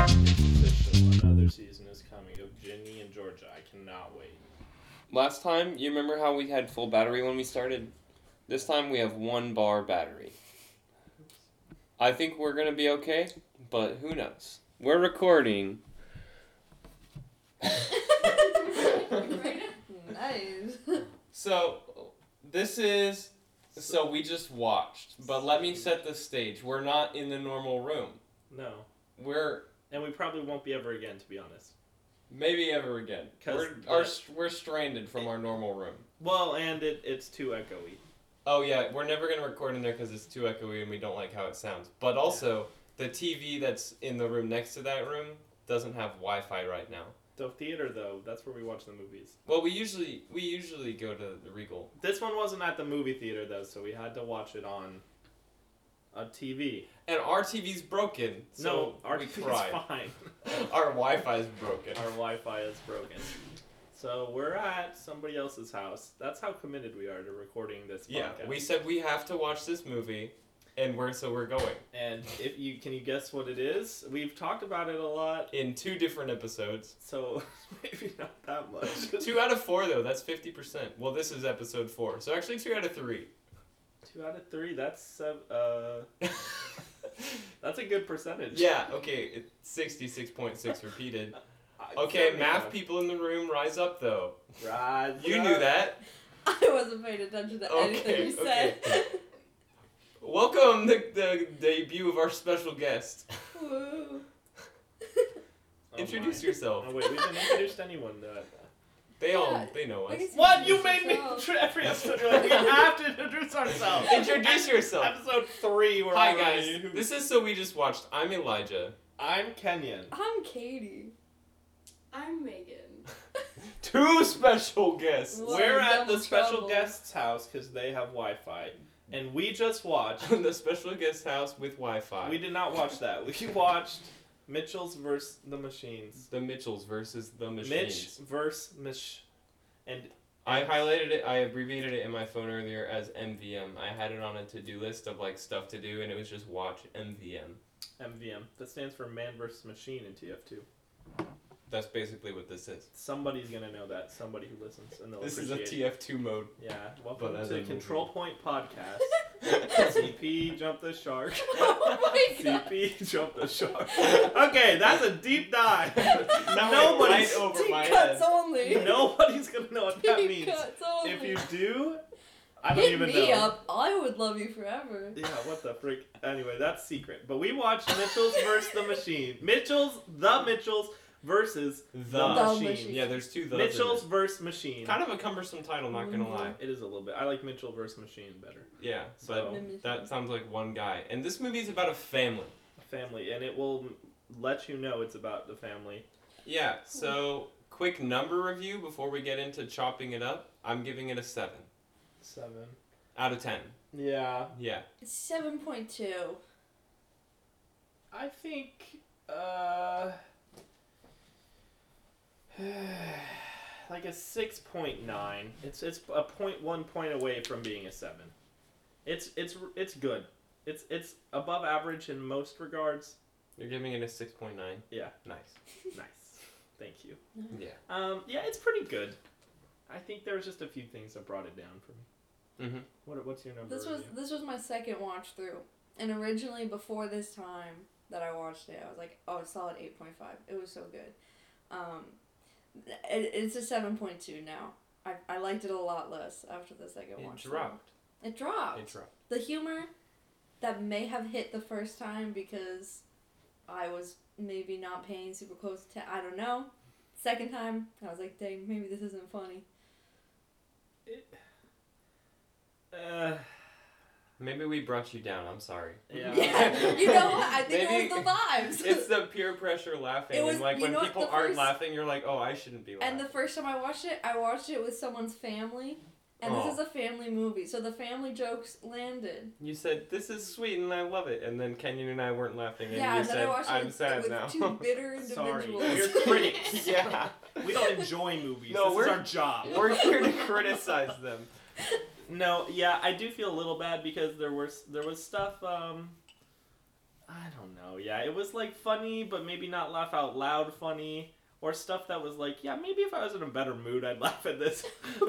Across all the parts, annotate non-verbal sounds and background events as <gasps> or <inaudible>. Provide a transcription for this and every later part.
official another season is coming of Ginny and Georgia. I cannot wait. Last time, you remember how we had full battery when we started? This time we have one bar battery. I think we're going to be okay, but who knows? We're recording. nice. So, this is. So, we just watched, but let me set the stage. We're not in the normal room. No, We're and we probably won't be ever again, to be honest. maybe ever again. 'Cause We're, the- our, we're stranded from our normal room. Well, and it, it's too echoey. Oh yeah, we're never gonna record in there because it's too echoey and we don't like how it sounds. But also, the TV that's in the room next to that room doesn't have Wi-Fi right now. The theater, though, that's where we watch the movies. Well, we usually we usually go to the Regal. This one wasn't at the movie theater though, so we had to watch it on a TV. And our TV's broken, so no, <laughs> our we TV's cried. fine. <laughs> our Wi-Fi's broken. our Wi-Fi is broken. So we're at somebody else's house. That's how committed we are to recording this podcast. yeah, we said we have to watch this movie, and we're so we're going And if you can you guess what it is? We've talked about it a lot, in two different episodes. <laughs> so maybe not that <laughs> much. two out of four though, that's fifty percent. Well, this is episode four, so actually two out of three. <laughs> Two out of three. That's sev- uh, that's a good percentage. Yeah, okay, sixty-six point <laughs> six repeated. I- Okay, seventy math five. people in the room, rise up though. Rise You up. knew that. <laughs> I wasn't paying attention to Okay, anything you said. <laughs> Welcome the, the debut of our special guest. Woo. <laughs> Oh Introduce my. yourself. Oh wait, we haven't introduced anyone to that. They all Yeah, they know us. like it's- What you Introduce made me yourself. tra- <laughs> every episode? you're like, We have to introduce ourselves. <laughs> Introduce yourself. Episode three. We're Hi already- guys. This is so we just watched. I'm Elijah. I'm Kenyon. I'm Katie. I'm Megan. Two special guests. Well, We're I'm at the double special trouble. guest's house because they have Wi-Fi, and we just watched. <laughs> <laughs> the special guest house with Wi-Fi. We did not watch that. We watched Mitchell's versus the Machines. the Mitchells versus the Machines. Mitch versus Mich. And I highlighted it. I abbreviated it in my phone earlier as MVM. I had it on a to-do list of like stuff to do, and it was just watch MVM. MVM. That stands for Man versus Machine in TF2. That's basically what this is. Somebody's gonna know that. Somebody who listens and they'll This is a appreciate. TF2 <laughs> mode. Yeah. Welcome But as a to movie. Control Point Podcast. <laughs> CP jump the shark. <laughs> Oh my god. CP jump the shark. Okay, that's a deep dive. <laughs> That went Nobody's- right over Deep my cuts head. only. Nobody's gonna know what that Deep means. cuts only. If you do, I don't Hit even me know. up, I would love you forever. Yeah, what the frick? Anyway, that's secret. But we watched Mitchell's versus the Machine. Mitchell's, the Mitchell's versus The, The Machine. Machine. yeah, there's two the. Mitchell's versus Machine. kind of a cumbersome title, not gonna lie. It is a little bit. I like Mitchell versus Machine better. Yeah, but So that sounds like one guy. And this movie is about a family. family, and it will let you know it's about the family. Yeah. So quick number review before we get into chopping it up. I'm giving it a seven Seven. out of ten. Yeah, Yeah. Seven point two. I think. Uh, <sighs> like a six point nine. It's it's a point one point away from being a seven. It's it's it's good. It's it's above average in most regards. You're giving it a six point nine. Yeah. Nice. Nice, thank you. Yeah. Um, yeah, it's pretty good. I think there was just a few things that brought it down for me. Mhm. What what's your number? This was review? this was my second watch through, and originally before this time that I watched it, I was like, oh, it's solid eight point five. It was so good. Um, it, it's a seven point two now. I, I liked it a lot less after the second It watch. through. dropped. It dropped. It dropped. the humor that may have hit the first time because I was maybe not paying super close attention. I don't know. Second time, I was like, dang, maybe this isn't funny. Uh, Maybe we brought you down. I'm sorry. Yeah. <laughs> Yeah, you know what? I think Maybe it was the vibes. It's the peer pressure laughing. It was- and like you when know what, people the aren't first- laughing, you're like, oh, I shouldn't be laughing. And the first time I watched it, I watched it with someone's family. And Oh. this is a family movie, so the family jokes landed. you said, this is sweet and I love it. And then Kenyon and I weren't laughing. And yeah, you and then said, I watched I'm it sad <laughs> with now. two bitter sorry, individuals. we're <laughs> critics. yeah. We don't enjoy movies. No, this we're- is our job. <laughs> We're here to criticize them. No, yeah, I do feel a little bad because there was there was stuff. Um, I don't know. Yeah, it was like funny, but maybe not laugh out loud funny, or stuff that was like, yeah, maybe if I was in a better mood, I'd laugh at this. <laughs>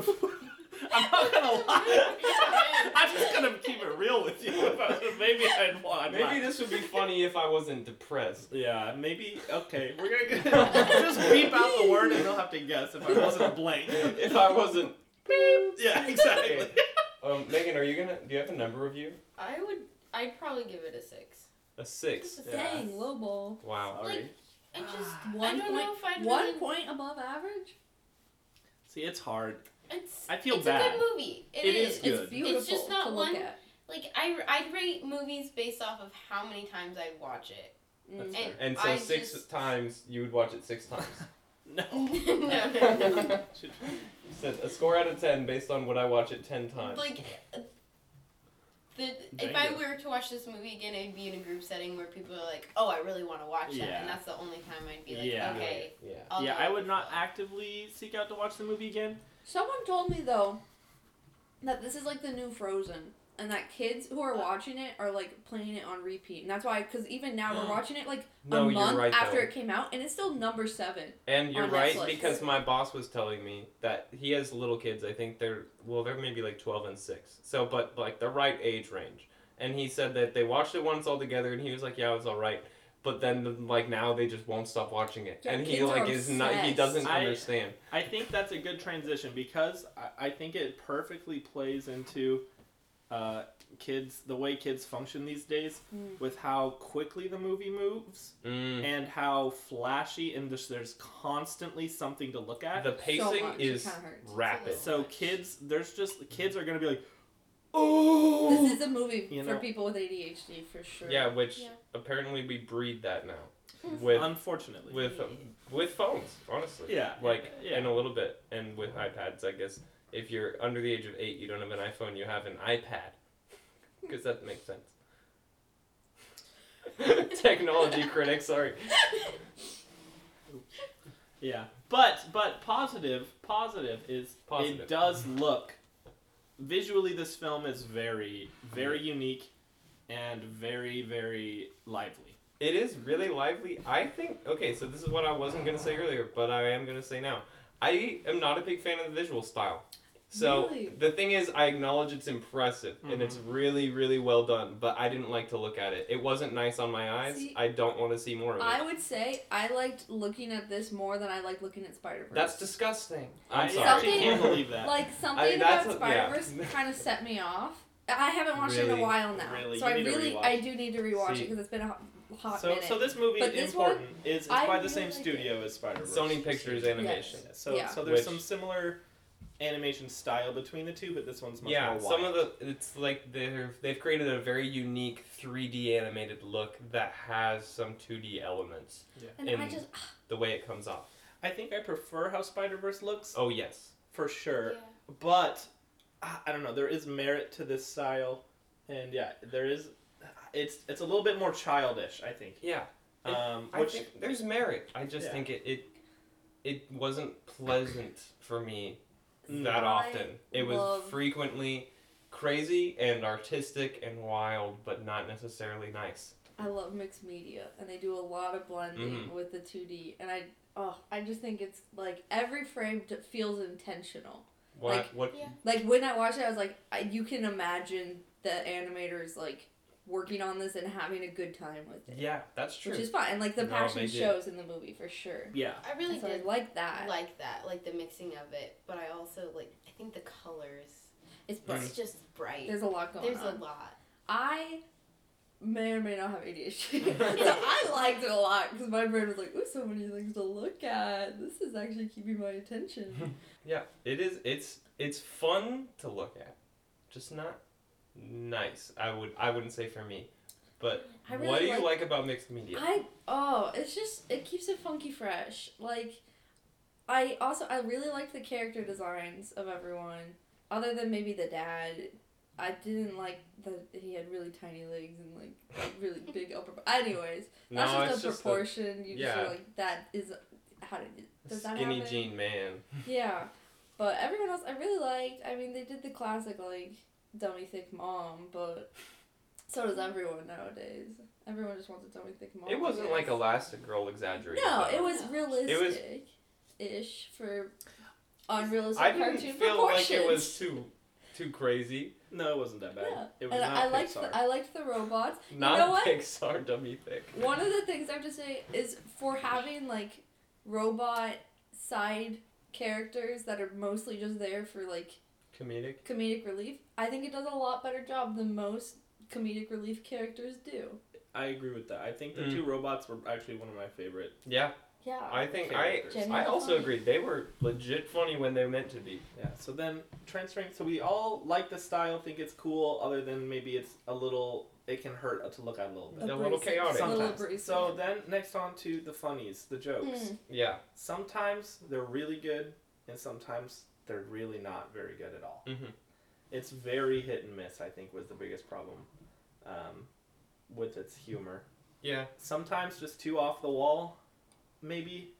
I'm not gonna <laughs> lie. I'm just gonna keep it real with you. If I was, maybe I'd want. Maybe this would be funny if I <laughs> wasn't depressed. Yeah, maybe. Okay, we're gonna go- <laughs> just beep out the word, and they'll have to guess if I wasn't <laughs> blank. If I wasn't. Yeah, exactly. Um, Megan, are you gonna? Do you have a number of you? I would. I'd probably give it a six. A six. Yeah. Dang, lowball. Wow. Sorry. I just. One I don't know if I'd point, one really- point above average? <sighs> See, it's hard. It's. I feel it's bad. a good movie. It is is. good. It's beautiful just not to look one- at. Like I, I rate movies based off of how many times I <laughs> watch it. <laughs> Mm. fair. And so I six just- times you would watch it six times. No. no, no, <laughs> no. you said a score out of ten based on what I watch it ten times. Like, uh, the, if I Django. were to watch this movie again, I'd be in a group setting where people are like, "Oh, I really want to watch that," Yeah. and that's the only time I'd be like, Yeah. "Okay." Yeah. I'll <laughs> yeah, do I it." would not actively seek out to watch the movie again. Someone told me though that this is like the new Frozen, and that kids who are Uh. watching it are like playing it on repeat, and that's why. Because even now <gasps> we're watching it like No, a you're month right. after though. it came out, and it's still number seven. And you're on right Netflix. because my boss was telling me that he has little kids. I think they're well, they're maybe like twelve and six. So, but like the right age range. And he said that they watched it once all together, and he was like, "Yeah, it was all right." But then like now they just won't stop watching it, Yeah, and he kids are like is not he doesn't obsessed. I- understand. I think that's a good transition because I, I think it perfectly plays into uh, kids the way kids function these days Mm. with how quickly the movie moves Mm. and how flashy and just, there's constantly something to look at. The pacing much, it is kinda hurts. rapid. so kids, there's just kids are gonna be like, oh. This is a movie You for know. people with ADHD for sure. Yeah, which Yeah. apparently we breed that now with Unfortunately. with with phones, honestly. yeah. <laughs> like Yeah. in a little bit and with ipads i guess if you're under the age of eight you don't have an iphone you have an ipad <laughs> because that makes sense <laughs> technology critic sorry Yeah, but but positive positive is Positive. it does look visually. This film is very very unique and very very lively. it is really lively i think okay so this is what i wasn't going to say earlier but i am going to say now i am not a big fan of the visual style so Really? the thing is i acknowledge it's impressive and it's Mm-hmm. really really well done but i didn't like to look at it it wasn't nice on my eyes See, i don't want to see more of it I would say I liked looking at this more than I liked looking at Spider Verse. That's disgusting. I I'm sorry. Something- can't believe that. like something I mean, about that's a- Spider yeah. Verse kind of set me off. I haven't watched it in Really, a while now, really, so you I need to really rewatch. I do need to rewatch it See. because it's been a hot, hot so minute. so this movie But this important is it's I by the really same liked studio as Spider Verse. Sony Pictures Animation. So Yeah. so there's Which- some similar animation style between the two, but this one's much Yeah, more some wild. of the it's like they're they've created a very unique 3D animated look that has some 2D elements. and I in- just The way it comes off. I think I prefer how Spider Verse looks Oh yes. for sure. Yeah. but I I don't know. There is merit to this style, and yeah, there is. It's it's a little bit more childish, I think. Yeah. It- Um, I which think there's merit. I just Yeah. think it, it it wasn't pleasant for me Mm. that I often. It was love- frequently crazy and artistic and wild, but not necessarily nice. I love mixed media, and they do a lot of blending Mhm. with the two D, and I oh I just think it's like every frame t- feels intentional. What Like- what Yeah. Like when I watched it, I was like, I, you can imagine the animators like working on this and having a good time with it, Yeah, that's true. which is fun. And like the No, passion they did. shows in the movie for sure. yeah, I really so I did like that. like that, like the mixing of it. But I also like. I think the colors. it's bright. It's just bright. There's a lot going There's on. a lot. I may or may not have <laughs> ADHD. <laughs> so I liked it a lot because my brain was like, ooh, so many things to look at. This is actually keeping my attention. <laughs> Yeah, it is. It's it's fun to look at, just not nice. I would I wouldn't say for me, but I really what do like- you like about mixed media? I, oh, it's just, it keeps it funky fresh. Like, I also, I really liked the character designs of everyone. Other than maybe the dad, I didn't like that he had really tiny legs and like really big upper. Anyways, that's just the a proportion. you just yeah. are like, that is, how did, does that skinny happen? jean man. Yeah. But everyone else I really liked. I mean, they did the classic like dummy thick mom, but so does everyone nowadays. Everyone just wants a dummy thick mom. It wasn't I like guess. Elastigirl exaggerated. No, though. it was It No. was- realistic ish for unrealistic I cartoon didn't feel like it proportions. was too too crazy. No, it wasn't that bad. Yeah. It was and not I Pixar. liked the, I liked the robots. Not know what? Pixar dummy thick. One of the things I have to say is for having like robot side characters that are mostly just there for like Comedic. comedic relief, I think it does a lot better job than most comedic relief characters do. I agree with that. I think the Mm. two robots were actually one of my favorite. Yeah, Yeah. I think I Characters. I also Funny. agree. They were legit funny when they meant to be. Yeah. So then transferring. So we all like the style, think it's cool. Other than maybe it's a little, it can hurt to look at a little bit. A little chaotic A little sometimes. abrasive. So then next on to the funnies, the jokes. Mm. Yeah. Sometimes they're really good, and sometimes they're really not very good at all. Mhm. It's very hit and miss. I think was the biggest problem um, with its humor. Yeah. sometimes just too off the wall, maybe,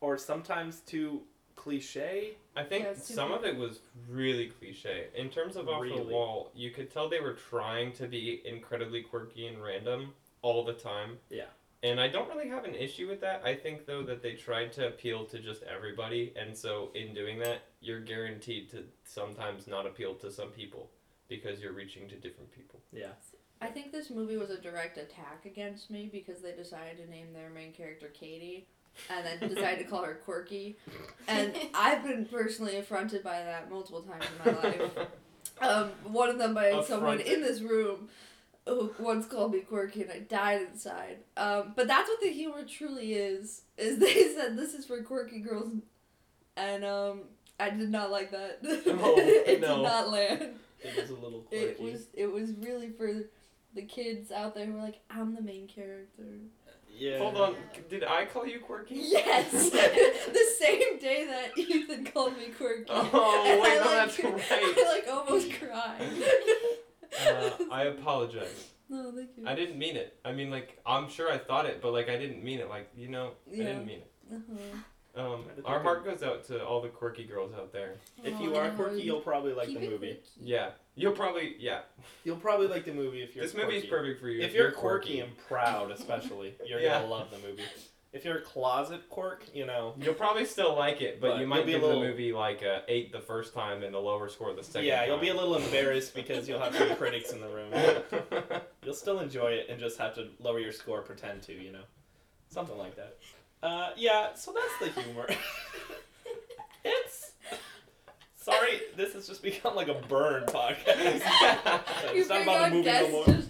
or sometimes too cliche. I think Yeah, it's too some of it was really cliche. In terms of off the Really. wall, you could tell they were trying to be incredibly quirky and random all the time. Yeah. And I don't really have an issue with that. I think though that they tried to appeal to just everybody, and so in doing that, you're guaranteed to sometimes not appeal to some people because you're reaching to different people. I think this movie was a direct attack against me because they decided to name their main character Katie and then decided to call her quirky. <laughs> And I've been personally affronted by that multiple times in my life. Um, one of them by someone Affronted. in this room who once called me quirky and I died inside. Um, but that's what the humor truly is. Is <laughs> they said this is for quirky girls, and um, I did not like that. <laughs> No, it no. did not land. It was a little quirky. It was it was really for the kids out there who were like, I'm the main character. yeah. <laughs> Hold on, did I call you quirky? Yes, <laughs> the same day that Ethan called me quirky. Oh, <laughs> And wait, I, no, like, that's right. <laughs> I like almost cried. <laughs> uh, I <laughs> apologize. No, thank you. I didn't mean it. I mean, like, I'm sure I thought it, but, like, I didn't mean it. Like, you know, I Yeah. didn't mean it. Uh-huh. Um, I think our I- heart goes out to all the quirky girls out there. If Oh, you are no. quirky, you'll probably like Keep the it movie. quirky. Yeah. You'll probably, yeah. You'll probably like the movie if <laughs> you're. this movie is quirky. perfect for you. If you're quirky and proud, especially, you're Yeah. gonna love the movie. If you're a closet quirk, you know. <laughs> You'll probably still like it, but, But you you'll might be a give little- the movie, like, a 8 the first time and a lower score the second yeah, time. you'll be a little embarrassed because you'll have <laughs> some critics in the room. little. <laughs> You'll still enjoy it and just have to lower your score, pretend to, you know, something like that. Uh, yeah, so that's the humor. <laughs> It's sorry, this has just become like a burn podcast. You it's not bring about on a movie no guests more. just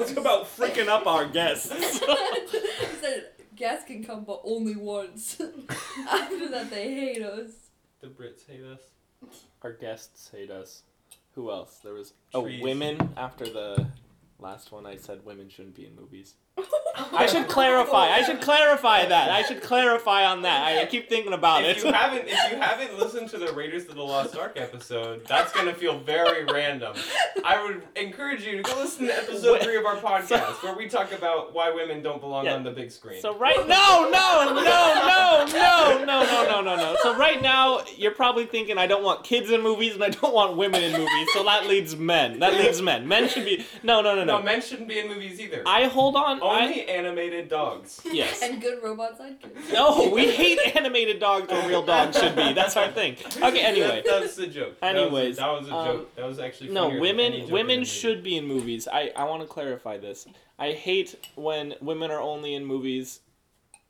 <laughs> It's <laughs> about freaking up our <laughs> guests. I said guests can come but only once. <laughs> After that, they hate us. the Brits hate us. our guests hate us. Who else? There was Trees. Oh, after the last one. I said women shouldn't be in movies. <laughs> I should clarify, I should clarify that, I should clarify on that, I keep thinking about if <laughs> you haven't, if you haven't listened to the Raiders of the Lost Ark episode, that's gonna <laughs> feel very random. <laughs> I would encourage you to go listen to episode Wh- three of our podcast, <laughs> so- where we talk about why women don't belong Yeah. on the big screen. So right no no no no no no no no no no. So right now you're probably thinking I don't want kids in movies and I don't want women in movies. So that leads men. That leads men. Men should be no no no no, no. men shouldn't be in movies either. I hold on. I, Only animated dogs. yes. And good robot sidekicks. <laughs> No, we hate <laughs> animated dogs where real dogs should be. That's our thing. <laughs> Okay. Anyway. That- that's the joke. That was a- Anyways, that was a, um, joke. That was actually No, funnier than women any joke in the women movie. should be in movies. I, I want to clarify this. I hate when women are only in movies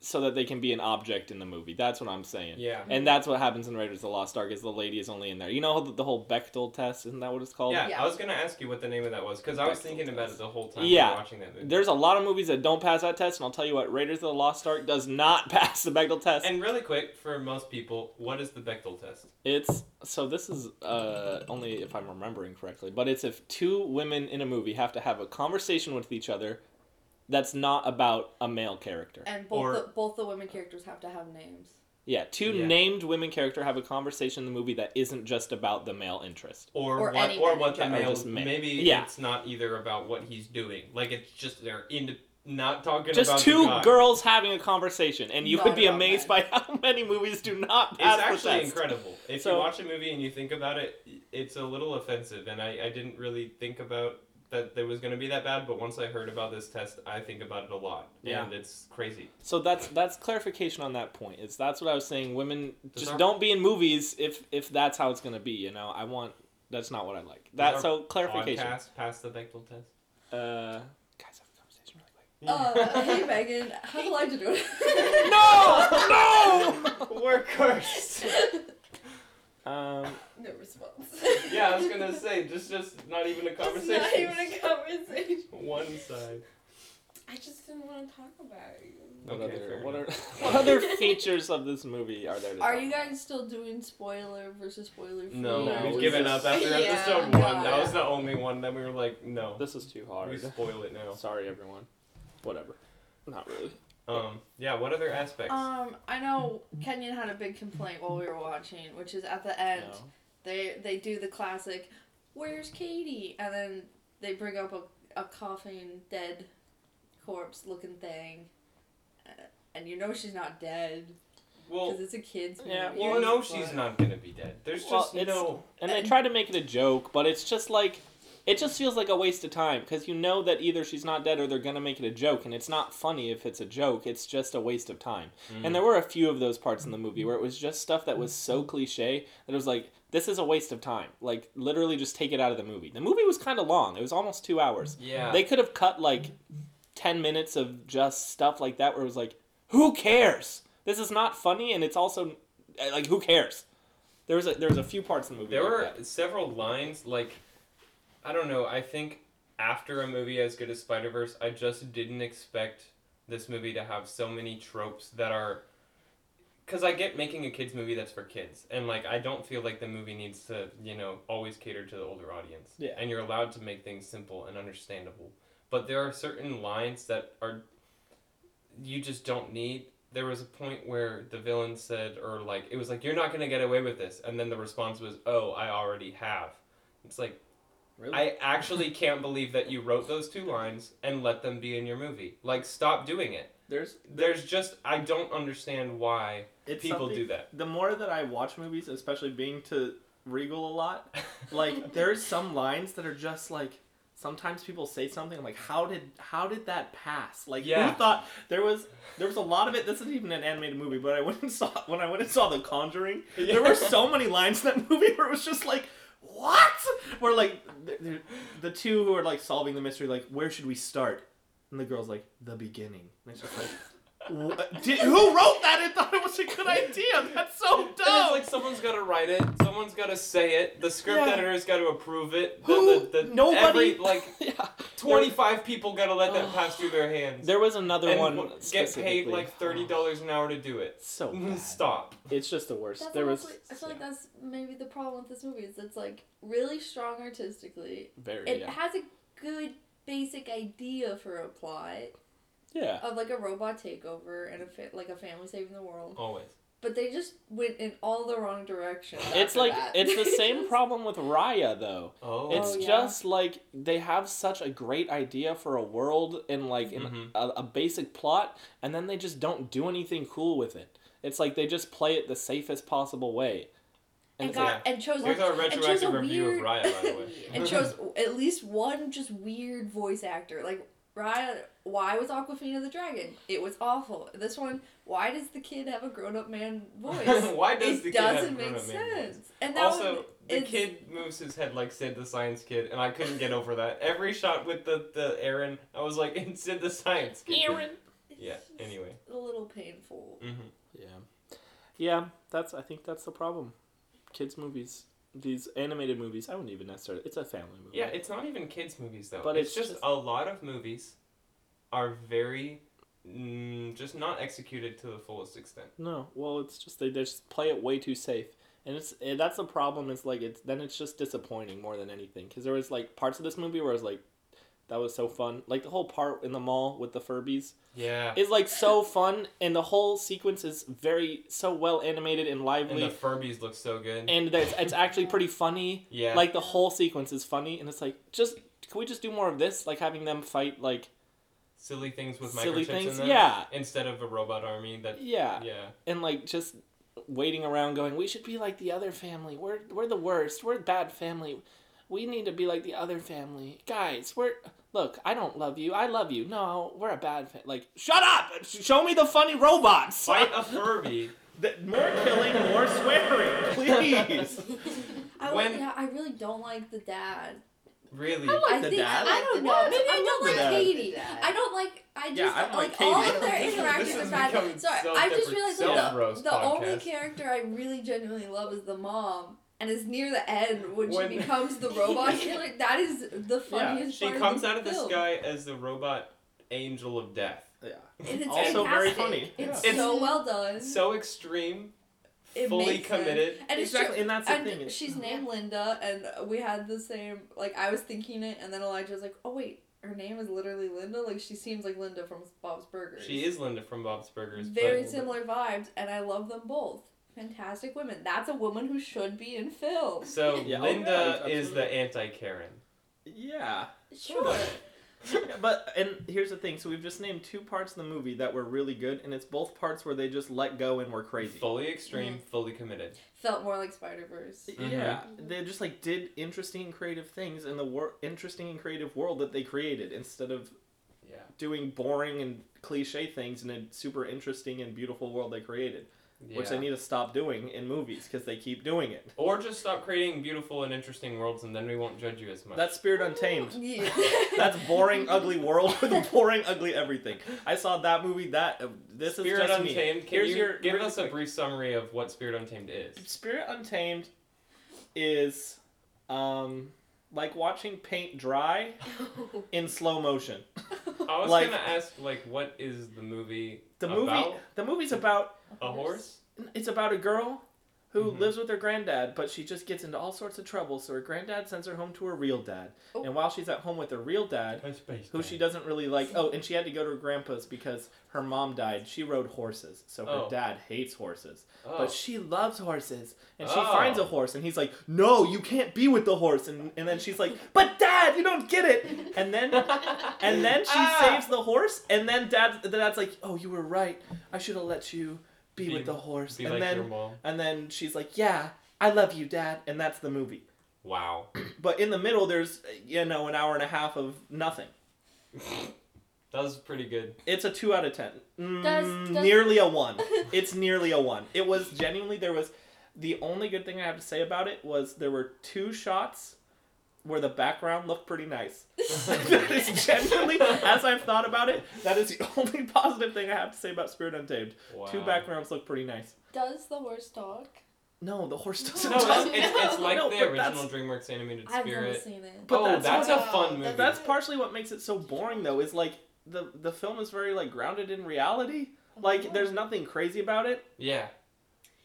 so that they can be an object in the movie. That's what I'm saying. Yeah. And that's what happens in Raiders of the Lost Ark is the lady is only in there. You know the, the whole Bechtel test, isn't that what it's called? Yeah, Yeah. I was gonna ask you what the name of that was because I was Bechtel thinking about it the whole time Yeah. we were watching that movie. There's a lot of movies that don't pass that test, and I'll tell you what, Raiders of the Lost Ark does not <laughs> pass the Bechtel test. and really quick for most people, what is the Bechtel test? It's so this is uh, only if I'm remembering correctly, but it's if two women in a movie have to have a conversation with each other that's not about a male character. And both Or- the, both the women characters have to have names. Yeah, two Yeah. named women character have a conversation in the movie that isn't just about the male interest. or, Or what any or women. what the Yeah, or male just men. maybe Yeah. it's not either about what he's doing like it's just they're into Not talking about Just the two guy. girls having a conversation, and you Not would be about amazed by how <laughs> many movies do not It's pass the actually test. incredible. If So- you watch a movie and you think about it, it's a little offensive, and I, I didn't really think about that there was going to be that bad, but once I heard about this test, I think about it a lot. Yeah. And it's crazy. So that's that's clarification on that point. It's that's what I was saying. Women Does just our- don't be in movies if if that's how it's gonna be. You know, I want that's not what I like. That our so clarification. Uh, Podcast passed the Bechtel test. guys, have a conversation really quick. Uh, hey Megan, how do I do <laughs> it? No, We're cursed. no. <laughs> um, No response. Yeah, I was gonna say, just just not even a It's conversation. not <laughs> even a conversation. One side. I just didn't want to talk about you. what Okay, other fair what, are, <laughs> enough. what other features of this movie are there? To Are talk you about? guys still doing spoiler versus spoiler? free? No, No, we've we given just- up after Yeah. episode one. That Yeah. was the only one that we were like, no, This is too we hard. spoil it now. Sorry, everyone. Whatever. Not really. Um, yeah. What other aspects? Um, I know Kenyon had a big complaint while we were watching, which is at the end No. they they do the classic, "Where's Katie?" and then they bring up a a coughing dead corpse looking thing, uh, and you know she's not dead well, because it's a kids movie. Yeah, you well, know But- she's not gonna be dead. There's Well, just it's- no. And they try to make it a joke, but it's just like it just feels like a waste of time because you know that either she's not dead or they're gonna make it a joke, and it's not funny if it's a joke. It's just a waste of time. Hmm. And Mm. there were a few of those parts in the movie where it was just stuff that was so cliche that it was like this is a waste of time. Like literally, just take it out of the movie. The movie was kind of long. It was almost two hours. yeah. They could have cut like 10 minutes of just stuff like that where it was like, who cares? This is not funny and it's also uh, like who cares? There was a there was a few parts in the movie. There like were that. several lines like I don't know, I think after a movie as good as Spider-Verse, I just didn't expect this movie to have so many tropes that are cuz I get making a kids movie that's for kids and like I don't feel like the movie needs to, you know, always cater to the older audience. Yeah. And you're allowed to make things simple and understandable. But there are certain lines that are you just don't need there was a point where the villain said or like it was like you're not going to get away with this and then the response was oh i already have it's like Really? i actually can't believe that you wrote those two lines and let them be in your movie like stop doing it There's there's just i don't understand why it's people something- do that The more that I watch movies, especially being to Regal a lot, <laughs> like <laughs> there's some lines that are just like sometimes people say something I'm like how did how did that pass? Like Yeah. who thought there was there was a lot of it. This isn't even an animated movie, but I went and <laughs> saw when I went and saw The Conjuring. There were so many lines in that movie where it was just like, what? Where like th- th- the two who are like solving the mystery, like where should we start? And the girl's like the beginning. And it's just like. <laughs> "What? Did, who wrote that and thought it was a good idea? That's so dumb. And it's like someone's got to write it, someone's got to say it, the script Yeah. editor's got to approve it. the- who? the- the- nobody. Oh. every, like <laughs> yeah. twenty five people got to let that pass through their hands. There was another and one. w- get specifically. Oh. paid like thirty dollars an hour to do it. <laughs> So bad. Stop. It's just the worst. That's there was honestly- I feel like yeah, that's maybe the problem with this movie is it's like really strong artistically. very It yeah. has a good basic idea for a plot yeah. of like a robot takeover and a fa- like a family saving the world, Always. but they just went in all the wrong directions. It's after like that. it's <laughs> the same problem with Raya though. Oh. It's yeah. just like they have such a great idea for a world and like an- Mhm. a, a basic plot, and then they just don't do anything cool with it. It's like they just play it the safest possible way. and it's got- like, got and Oh, chose Here's our and chose a retroactive review weird, of Raya, by the way. <laughs> and chose at least one just weird voice actor. Like Raya, why was Aquafina the dragon? It was awful. This one, why does the kid have a grown up man <laughs> voice? Why does it the kid have doesn't make grown-up man voice? sense. And that Also, one, the it's- kid moves his head like Sid the Science Kid, and I couldn't get over that. Every shot with the the Aaron, I was like, <laughs> "It's Sid the Science Kid." it's Yeah. just Anyway. a little painful. hmm yeah, yeah. That's I think that's the problem. Kids movies, these animated movies. I wouldn't even necessarily. It's a family movie. Yeah, it's not even kids movies though. But But it's, it's just, just- a lot of movies are very mm, just not executed to the fullest extent. No, well, it's just they, they just play it way too safe, and it's and that's the problem. It's like it's then it's just disappointing more than anything because there was like parts of this movie where I was like, that was so fun. Like the whole part in the mall with the Furbies Yeah. is like so fun, and the whole sequence is very so well animated and And lively, the and, Furbies look so good. there's, it's actually pretty funny. yeah. Like the whole sequence is funny, and it's like just can we just do more of this? Like having them fight like silly things with silly microchips in things. them Yeah, instead of a robot army that yeah, yeah. and like just waiting around, going, "We should be like the other family. We're we're the worst. We're a bad family. We need to be like the other family, guys. We're look. I don't love you. I love you. No, we're a bad family. Like, shut up. Show me the funny robots. Fight a Furby. That- more killing, more swearing, <laughs> please. I, When- yeah, I really don't like the dad. Really? I like I the think dad. I don't the know. dad. Maybe I I don't love like the dad. Katie. dad. I don't like. I just Yeah, I don't like like, Katie. all of their This interactions is are bad. becoming So I just self-depre- realized that the, self-roast the only podcast. character I really genuinely love is the mom, and it's near the end when, When- she becomes the robot. You're like, that is the funniest She part comes of out the of the film. sky as the robot angel of death. yeah. And it's Also very fantastic. funny. It's Yeah. so It's- well done. So extreme, It fully makes sense. committed. And it's true. exactly, and that's the and thing. it's- she's named Linda, and we had the same. Like I was thinking it, and then Elijah was like, "Oh wait, her name is literally Linda. Like she seems like Linda from Bob's Burgers. She is Linda from Bob's Burgers. very but- similar vibes, and I love them both. Fantastic women. That's a woman who should be in film. So Yeah, oh Linda yeah, is the absolutely. anti Karen. yeah. Sure. but and here's the thing. So we've just named two parts of the movie that were really good, and it's both parts where they just let go and were <laughs> crazy. Fully extreme, fully committed. Felt more like Spider Verse. Yeah, Mm-hmm. they just like did interesting and creative things in the wor- interesting and creative world that they created instead of Yeah. doing boring and cliche things in a super interesting and beautiful world they created, yeah. which they need to stop doing in movies because they keep doing it. Or just stop creating beautiful and interesting worlds and then we won't judge you as much. That's Spirit Untamed. Yeah. <laughs> That's boring, ugly world with boring, ugly everything. I saw that movie. That uh, this Spirit is just me. Untamed. Can Here's you your- give really us a quick. brief summary of what Spirit Untamed <laughs> is? Spirit Untamed is um like watching paint dry in slow motion. I was Like- gonna ask, like, what is the movie? The about? movie the movie's about a <laughs> horse. it's about a girl who Mhm. lives with her granddad, but she just gets into all sorts of trouble, so her granddad sends her home to her real dad. Oh. And while she's at home with her real dad, A space. who she doesn't really like oh, and she had to go to her grandpa's because her mom died. She rode horses, so her Oh. dad hates horses. Oh. But she loves horses, and she Oh. finds a horse, and he's like, "No, you can't be with the horse." And, and then she's like, "But Dad, you don't get it." And then, and then she Ah. saves the horse, and then Dad, the Dad's like, "Oh, you were right. I should have let you be, Be- with the horse." Be and like then, your mom. and then she's like, "Yeah, I love you, Dad." And that's the movie. Wow. But in the middle, there's you know an hour and a half of nothing. That was pretty good. It's a two out of ten. Mm, Does- does- Nearly a <laughs> one. it's nearly a one. It was genuinely there was the only good thing I have to say about it was there were two shots where the background looked pretty nice. <laughs> that is genuinely, as I've thought about it, that is the <laughs> only positive thing I have to say about Spirit Untamed. Wow. Two <laughs> <laughs> backgrounds look pretty nice. Does the horse talk? No, the horse <laughs> doesn't No, talk. it's, it's, it's No, like no, the but original that's- DreamWorks animated I've never Spirit. seen it. But oh, that's that's, what- a fun Wow, movie. That's partially what makes it so boring though, is like the the film is very like grounded in reality. Like there's nothing crazy about it. yeah.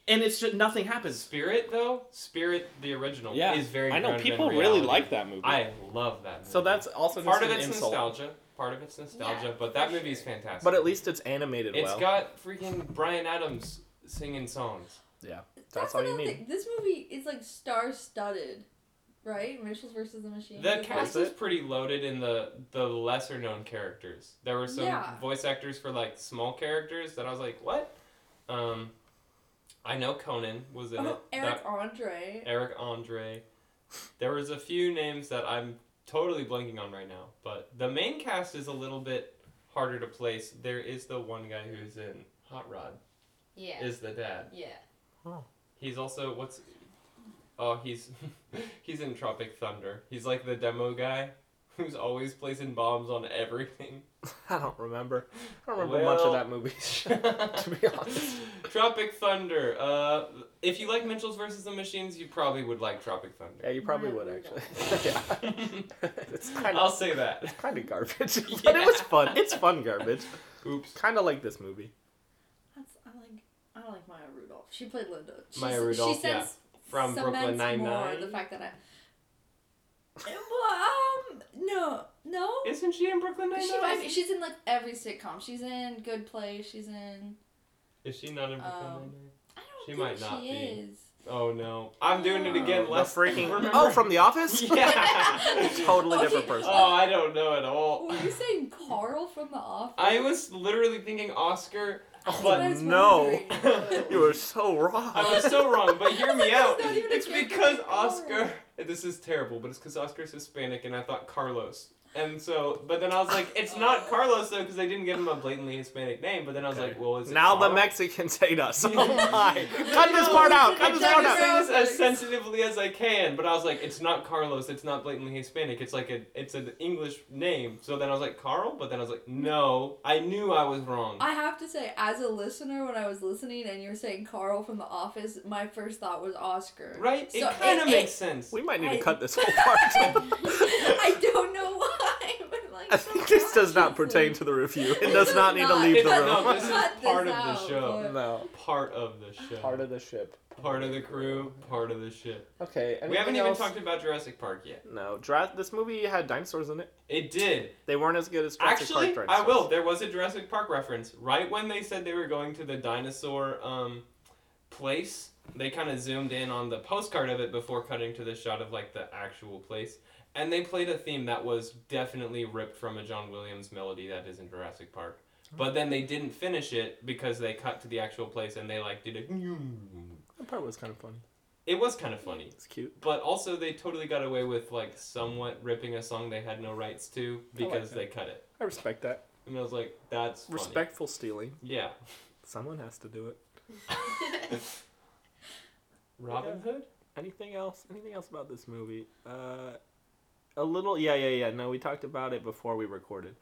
And it's just nothing happens. Spirit though, Spirit the original Yeah. is very. I know grounded in people really reality. like that movie. I love that. Movie. so that's also part just of an it's insult. nostalgia. Part of it's nostalgia, Yeah, but that for movie is sure. fantastic. But at least it's animated it's well. got freaking Brian Adams singing songs. That's all you another need. Thing. This movie is like star studded, right? Mitchell's versus the Machine. The Is, cast it? is pretty loaded in the the lesser known characters. There were some Yeah. voice actors for like small characters that I was like, what? Um, I know Conan was in like, it. oh, <laughs> Eric That- Andre. Eric Andre. There was a few names that I'm totally blanking on right now, but the main cast is a little bit harder to place. There is the one guy who's in Hot Rod yeah. is the dad. Yeah. He's also what's oh he's <laughs> he's in Tropic Thunder. He's like the demo guy who's always placing bombs on everything. <laughs> I don't remember. I don't remember much Well- of that movie. <laughs> to be honest. Tropic Thunder. Uh, if you like Mitchell's versus the Machines, you probably would like Tropic Yeah, Thunder. you probably Yeah, would we actually. <laughs> don't. yeah. it's kind I'll of say that. it's kind of garbage, <laughs> but it was fun. It's fun garbage. Oops. Kind of like this movie. That's I like. I don't like Maya Rudolph. She played Linda. She's, Maya Rudolph, She says From Brooklyn Nine Nine. The fact that I. Well, um, no, no. Isn't she in Brooklyn Nine She might be, Nine? she's in like every sitcom. She's in Good Place. She's in. Is she not in Brooklyn Um, Nine Nine? I don't She think might not she <laughs> be. is. Oh no. I'm doing it again. The Less freaking. Remember? Oh, from The <laughs> Office? Yeah. Totally Okay. different person. oh, I don't know at all. Were you saying Carl from The Office? I was literally thinking Oscar. That's but- what I was <laughs> no. wondering. You <laughs> are so wrong. I was so wrong, but hear <laughs> me out. It's not even a It's character, because it's Oscar. Carl. This is terrible, but it's because Oscar's Hispanic, and I thought Carlos. And so, but then I was like, it's <laughs> not Carlos though, because they didn't give him a blatantly Hispanic name. But then I was like, well, is it now the Carl? Mexicans hate <laughs> us. Oh Yeah. my. Cut this No, part out. it's Cut a this I tried part to out. say this as Netflix. sensitively as I can, but I was like, it's not Carlos, it's not blatantly Hispanic, it's like a, it's an English name. So then I was like, Carl, but then I was like, no, I knew I was wrong. I have to say, as a listener, when I was listening and you were saying Carl from The Office, my first thought was Oscar. right? So it kind of it- makes sense. We might need I- to cut this whole <laughs> part. <laughs> I don't know why, <laughs> but like. I think this does not pertain to the review. It does not need to leave the It's not. room. This is Cut part of the out, show. but- <laughs> No. part of the show. of the ship. Part of the crew, part of the ship. Okay. We haven't even talked about Jurassic Park yet. No, Dra- this movie had dinosaurs in it. It did. They weren't as good as Jurassic Actually, Park I dinosaurs. will. There was a Jurassic Park reference right when they said they were going to the dinosaur um, place. They kind of zoomed in on the postcard of it before cutting to the shot of like the actual place, and they played a theme that was definitely ripped from a John Williams melody that is in Jurassic Park. But then they didn't finish it because they cut to the actual place and they like did a. <laughs> That part was kind of funny. It was kind of funny. It's cute. But also, they totally got away with like somewhat ripping a song they had no rights to because that. they cut it. <laughs> I respect that. And I was like, that's funny. Respectful stealing. Yeah. Someone has to do it. Robin Hood? Anything else? Anything else about this movie? Uh, a little. Yeah, yeah, yeah. No, we talked about it before we recorded.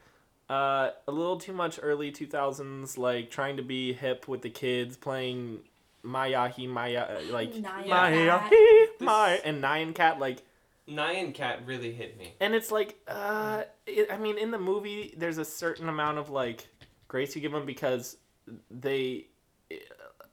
Uh, a little too much early two thousands, like trying to be hip with the kids, playing Mayahi Maya, uh, like Nyan <laughs> Mayahi Cat. Maya, This- and Nyan Cat, like Nyan Cat really hit me. And it's like, uh, it, I mean, in the movie, there's a certain amount of like grace you give them because they,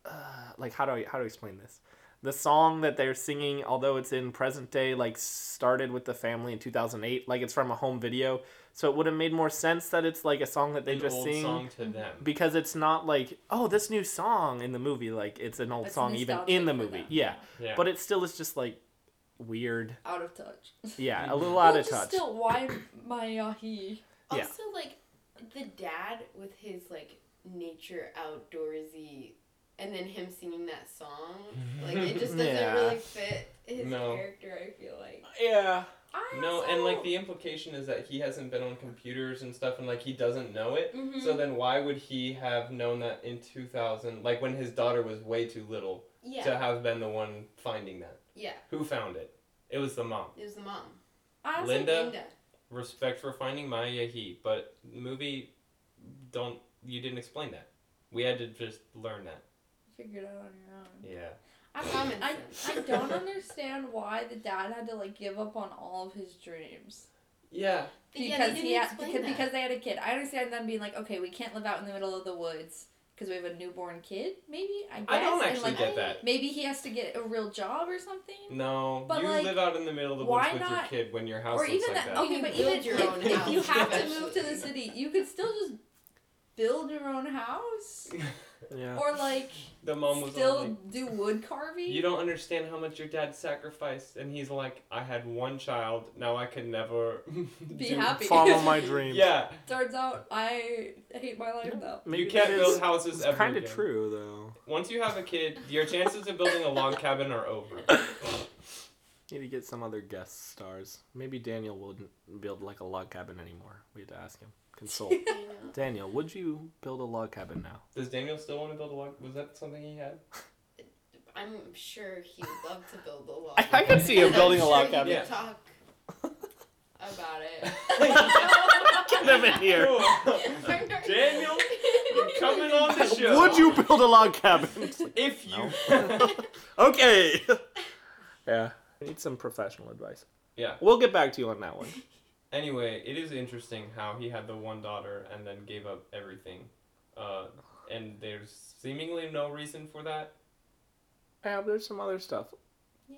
uh, like, how do I how do I explain this? The song that they're singing, although it's in present day, like started with the family in 2008. Like it's from a home video, so it would have made more sense that it's like a song that they An just old sing song to them. because it's not like oh this new song in the movie. Like it's an old It's song even nostalgic in the for movie, them. yeah. Yeah. But it still is just like weird, Out of touch. yeah, a little out Well, of just touch. Still, why Mayahi? Yeah. Also, like the dad with his like nature outdoorsy, and then him singing that song. Like it just doesn't Yeah. really fit his No. character. I feel like. yeah. I no, and like also- the implication is that he hasn't been on computers and stuff and like he doesn't know it. Mhm. So then why would he have known that in 2000, like when his daughter was way too little Yeah. to have been the one finding that? yeah. Who found it? It was the mom. It was the mom. I also- Linda? Linda. respect for finding Maya He, but movie don't you didn't explain that. We had to just learn that. Figure it out on your own. Yeah. I, Common I, sense. I <laughs> don't understand why the dad had to like give up on all of his dreams Yeah. But yeah, because he they didn't had, explain because, that. because they had a kid. I understand them being like, okay, we can't live out in the middle of the woods because we have a newborn kid. Maybe I guess I don't And, actually like, get that. Maybe he has to get a real job or something. No, But, you like, live out in the middle of the woods why with your not- kid when your house Or looks even like that, that. okay, You but can even build your if, own if you house, have to move to the actually. city, you could still just build your own house <laughs> Yeah. or like <laughs> the mom was all still like, do wood carving. you don't understand how much your dad sacrificed, and he's like, "I had one child, now I can never <laughs> <laughs> Be do- <laughs> happy. Follow my dreams. Yeah, Turns out I hate my life now. Maybe you can't that build is- houses It's ever. kind of again. true though. Once you have a kid, your chances of building a log cabin are over. Need to get some other guest stars. Maybe Daniel wouldn't build like a log cabin anymore. We had to ask him. <laughs> Consult. I know. Daniel, would you build a log cabin now? Does Daniel still want to build a log? Was that something he had? I'm sure he would love to build a log. I can see him And I'm building a sure <laughs> log he cabin. would Talk about it. Get him in <laughs> here. I'm not- Daniel, you're coming on the show. <laughs> Would you build a log cabin? It's like, If you. okay. <laughs> yeah. I need some professional advice. Yeah. We'll get back to you on that one. <laughs> anyway, it is interesting how he had the one daughter and then gave up everything, uh, and there's seemingly no reason for that. Yeah, there's some other stuff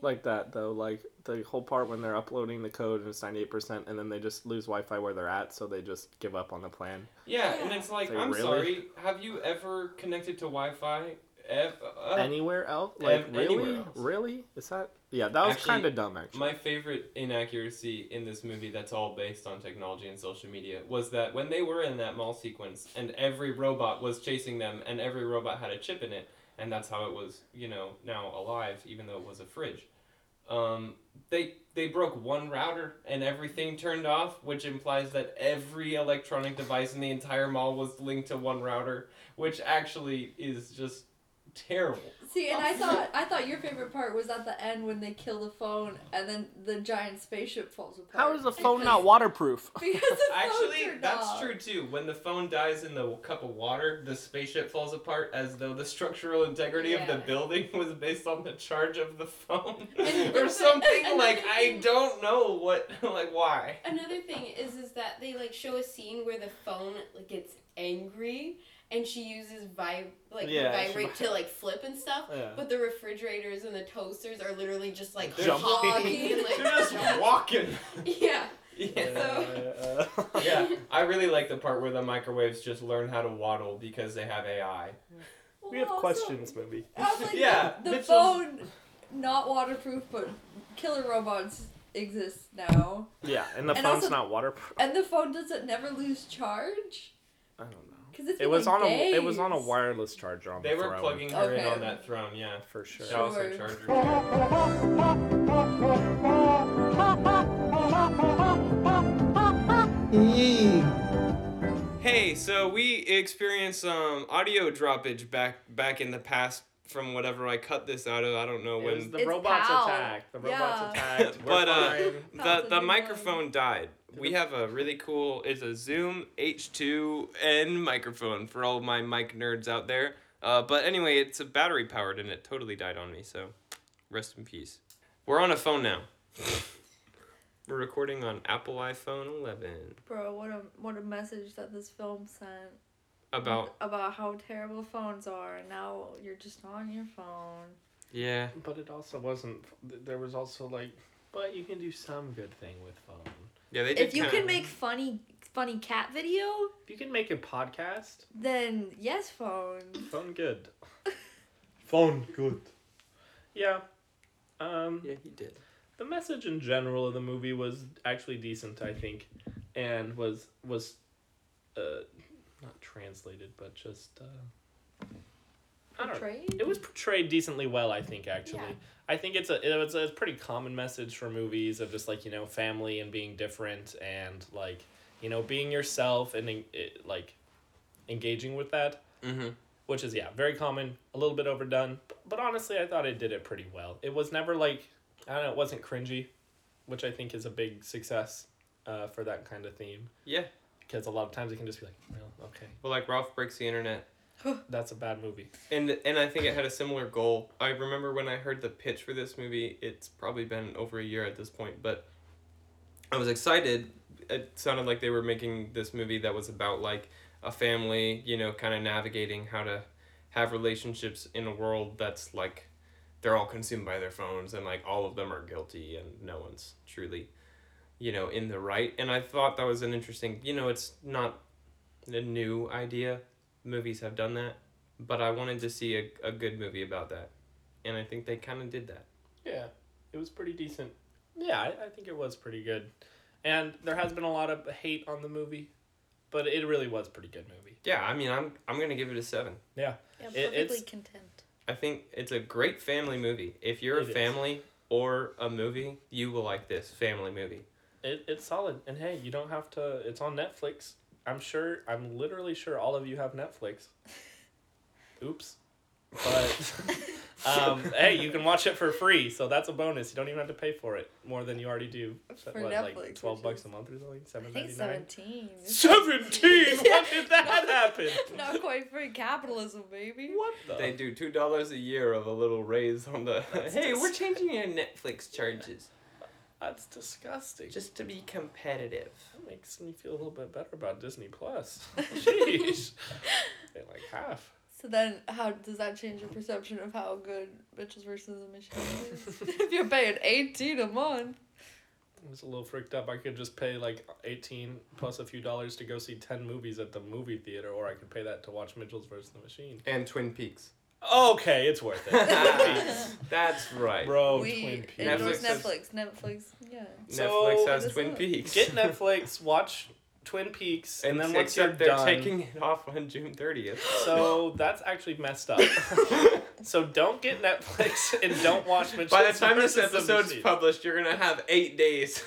like that though. Like the whole part when they're uploading the code and it's ninety eight percent, and then they just lose Wi Fi where they're at, so they just give up on the plan. Yeah, and it's like, Like, I'm really? sorry. Have you ever connected to Wi-Fi Ev- uh, Anywhere else? Like Ev- really? anywhere else. Really? Is that? Yeah, that was Actually, kind of <laughs> dumb actually. My favorite inaccuracy in this movie that's all based on technology and social media was that when they were in that mall sequence and every robot was chasing them and every robot had a chip in it and that's how it was, you know, now alive even though it was a fridge. Um, they they broke one router and everything turned off, which implies that every electronic device in the entire mall was linked to one router, which actually is just terrible. See, and <laughs> I thought I thought your favorite part was at the end when they kill the phone and then the giant spaceship falls apart. How is the phone Because- not waterproof? <laughs> Because <laughs> the phone Actually, turned that's off. true too. When the phone dies in the cup of water, the spaceship falls apart as though the structural integrity of the Yeah. building <laughs> was based on the charge of the phone <laughs> And- <laughs> or something and like I then- don't know what <laughs> like why. <laughs> Another thing is is that they like show a scene where the phone like gets angry and she uses vib like the Yeah, she vibrate vi- to like flip and stuff. Yeah. But the refrigerators and the toasters are literally just like They're Jumping. hogging and, They're like just <laughs> walking. Yeah. <laughs> Yeah. Uh, uh, <laughs> yeah, I really like the part where the microwaves just learn how to waddle because they have AI. we have Well, also- questions, movie. I was <laughs> like, Yeah, the, the Mitchell's- phone, not waterproof, but killer robots exist now, Yeah, and the And phone's also- not waterproof. and the phone doesn't never lose charge I don't know. because it's It been, was like, on a it was on a days. wireless charger on They the were throne, plugging her in Okay. on that throne, yeah. for sure. That was her Sure. charger. Hey, so we experienced some audio droppage back back in the past from whatever I cut this out of. I don't know It when was the It's robots PAL. attacked. The robots Yeah. attacked. <laughs> We're But, uh, fine. the, the Something microphone died. To We the- have a really cool. It's a Zoom H2N microphone for all my mic nerds out there. Uh, but anyway, it's a battery powered and it totally died on me. So, rest in peace. We're on a phone now. <laughs> We're recording on Apple iPhone 11 Bro, what a what a message that this film sent about about how terrible phones are. and Now you're just on your phone. yeah. But it also wasn't. There was also like, but you can do some good thing with phone. Yeah, they did If you kinda- can make funny funny cat video, If you can make a podcast, then yes, phone. phone good. <laughs> phone good. Yeah. Um, Yeah, he did. the message in general of the movie was actually decent, I think, and was was, uh, not translated, but just. Uh, I don't Portrayed? It was portrayed decently well, I think. Actually, Yeah. I think it's a it was a pretty common message for movies of just like you know family and being different and like you know being yourself and en- it, like engaging with that, Mhm. which is yeah very common, a little bit overdone, b- but honestly, I thought it did it pretty well. It was never like I don't know, it wasn't cringy, which I think is a big success uh, for that kind of theme Yeah. because a lot of times it can just be like, well, okay, Well, like Ralph breaks the internet. that's a bad movie. And and I think it had a similar goal. I remember when I heard the pitch for this movie, it's probably been over a year at this point, but I was excited. It sounded like they were making this movie that was about like a family, you know, kind of navigating how to have relationships in a world that's like they're all consumed by their phones and like all of them are guilty and no one's truly you know in the right and i thought that was an interesting you know it's not a new idea movies have done that but i wanted to see a, a good movie about that and i think they kind of did that Yeah, it was pretty decent. Yeah, I, I think it was pretty good. And there has been a lot of hate on the movie, but it really was a pretty good movie. yeah i mean i'm i'm gonna give it a seven Yeah, It- perfectly it's- content. i think it's a great family movie if you're It a is. family or a movie you will like this family movie It, it's solid. And hey, you don't have to, it's on Netflix. I'm sure, I'm literally sure all of you have <laughs> Netflix. Oops. <laughs> But um, hey, you can watch it for free, so that's a bonus. You don't even have to pay for it more than you already do. For like Netflix, twelve which bucks is- a month or something? I Seven think ninety nine. seventeen. <laughs> Seventeen. What <laughs> did that happen? Not quite free capitalism, baby. What the? They do two dollars a year of a little raise on <laughs> the. hey, we're changing your Netflix charges That's disgusting. just to be competitive. That makes me feel a little bit better about <laughs> Disney Plus. Jeez. they like half. So then, how does that change your perception of how good Mitchell's versus the Machine <laughs> is? if you're paying eighteen a month, I was a little freaked up. I could just pay like 18 plus a few dollars to go see 10 movies at the movie theater, or I could pay that to watch Mitchell's versus the Machine. <laughs> And Twin Peaks. Okay, it's worth <laughs> it. Ah, That's right. Bro, Oh, Twin we Peaks. Netflix endorse has- Netflix. Netflix. Yeah. Netflix has So- Twin Peaks. <laughs> Get Netflix, watch Twin Peaks, and, then once you're except they're done, taking it off on June thirtieth. <laughs> so that's actually messed up. so don't get Netflix <laughs> and don't watch Mitchell. By the time this episode's published, you're gonna have eight days.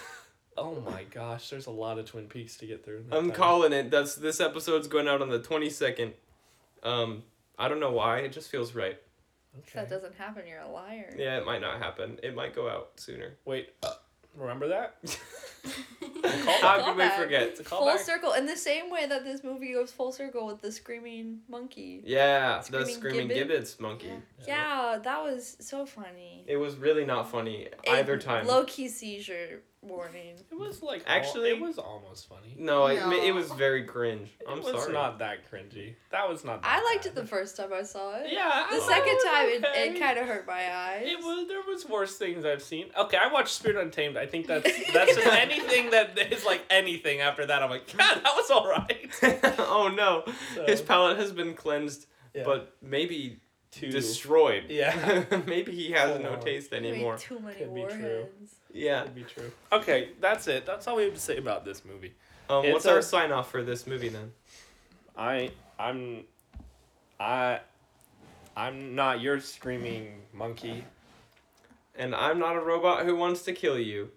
oh my gosh, there's a lot of Twin Peaks to get through. in that I'm time. calling it. That's this episode's going out on the twenty second. Um, I don't know why. It just feels right. Okay. If that doesn't happen, you're a liar. Yeah, it might not happen. It might go out sooner. Wait, uh, remember that? How could we Callback. forget? Full circle, in the same way that this movie goes full circle with the screaming monkey. Yeah, the Screaming screaming Gibbon? gibbets monkey. Yeah, that was so funny. It was really not funny either time. Low key seizure warning. It was like al- Actually- it was almost funny. no, it, it No. was very cringe. I'm it was sorry. not that cringy. That was not. That I liked it bad. the first time I saw it. Yeah. The second I- time, it, it, was "Oh, okay. it kind of hurt my eyes. It was there was worse things I've seen. Okay, I watched Spirit Untamed. I think that's <laughs> that's just anything that is like anything after that. I'm like, <laughs> God, that was all right. <laughs> oh no, So, his palate has been cleansed, yeah. but maybe Two. destroyed. <laughs> Yeah. maybe he has Full no on. taste Way anymore. Too many Could be true. warheads. Yeah. That'd be true. Okay, that's it. That's all we have to say about this movie. Um, It's what's a- our sign off for this movie then? I I'm I I'm not your screaming monkey. And I'm not a robot who wants to kill you.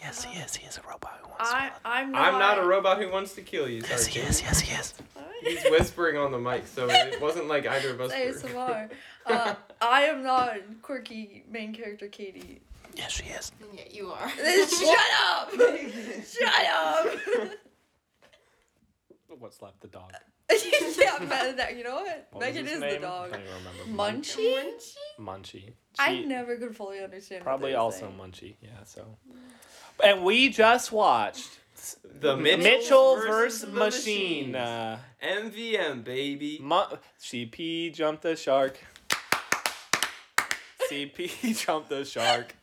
Yes, he is. He is a robot who I, I'm not. I'm <laughs> not a robot who wants to kill you. Sorry, Jimmy. Yes, he is. He's whispering on the mic, so it wasn't like either of us. were. <laughs> ASMR. Uh, I am not quirky main character Katie. <laughs> Yes, she is. Yeah, you are. Shut <laughs> up! Shut up! <laughs> What's left? The dog. yeah, Ma- that, you know what? What was Megan his is the name? I dog. don't even remember. Munchie? Munchie. I She- never could fully understand. what Probably they were also saying. Munchie. Yeah. So. And we just watched <laughs> The Mitchell, Mitchell versus, vs. the Machine. Machines. Uh, MVM baby. Mu- CP jumped the shark. CP <laughs> jumped the shark.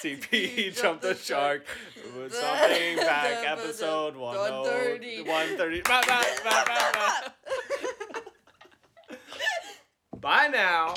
CP jumped the shark. With <laughs> something back. The- the- Episode 130. 130. 130. Bah, bah, <laughs> bah, bah, bah. Bye now.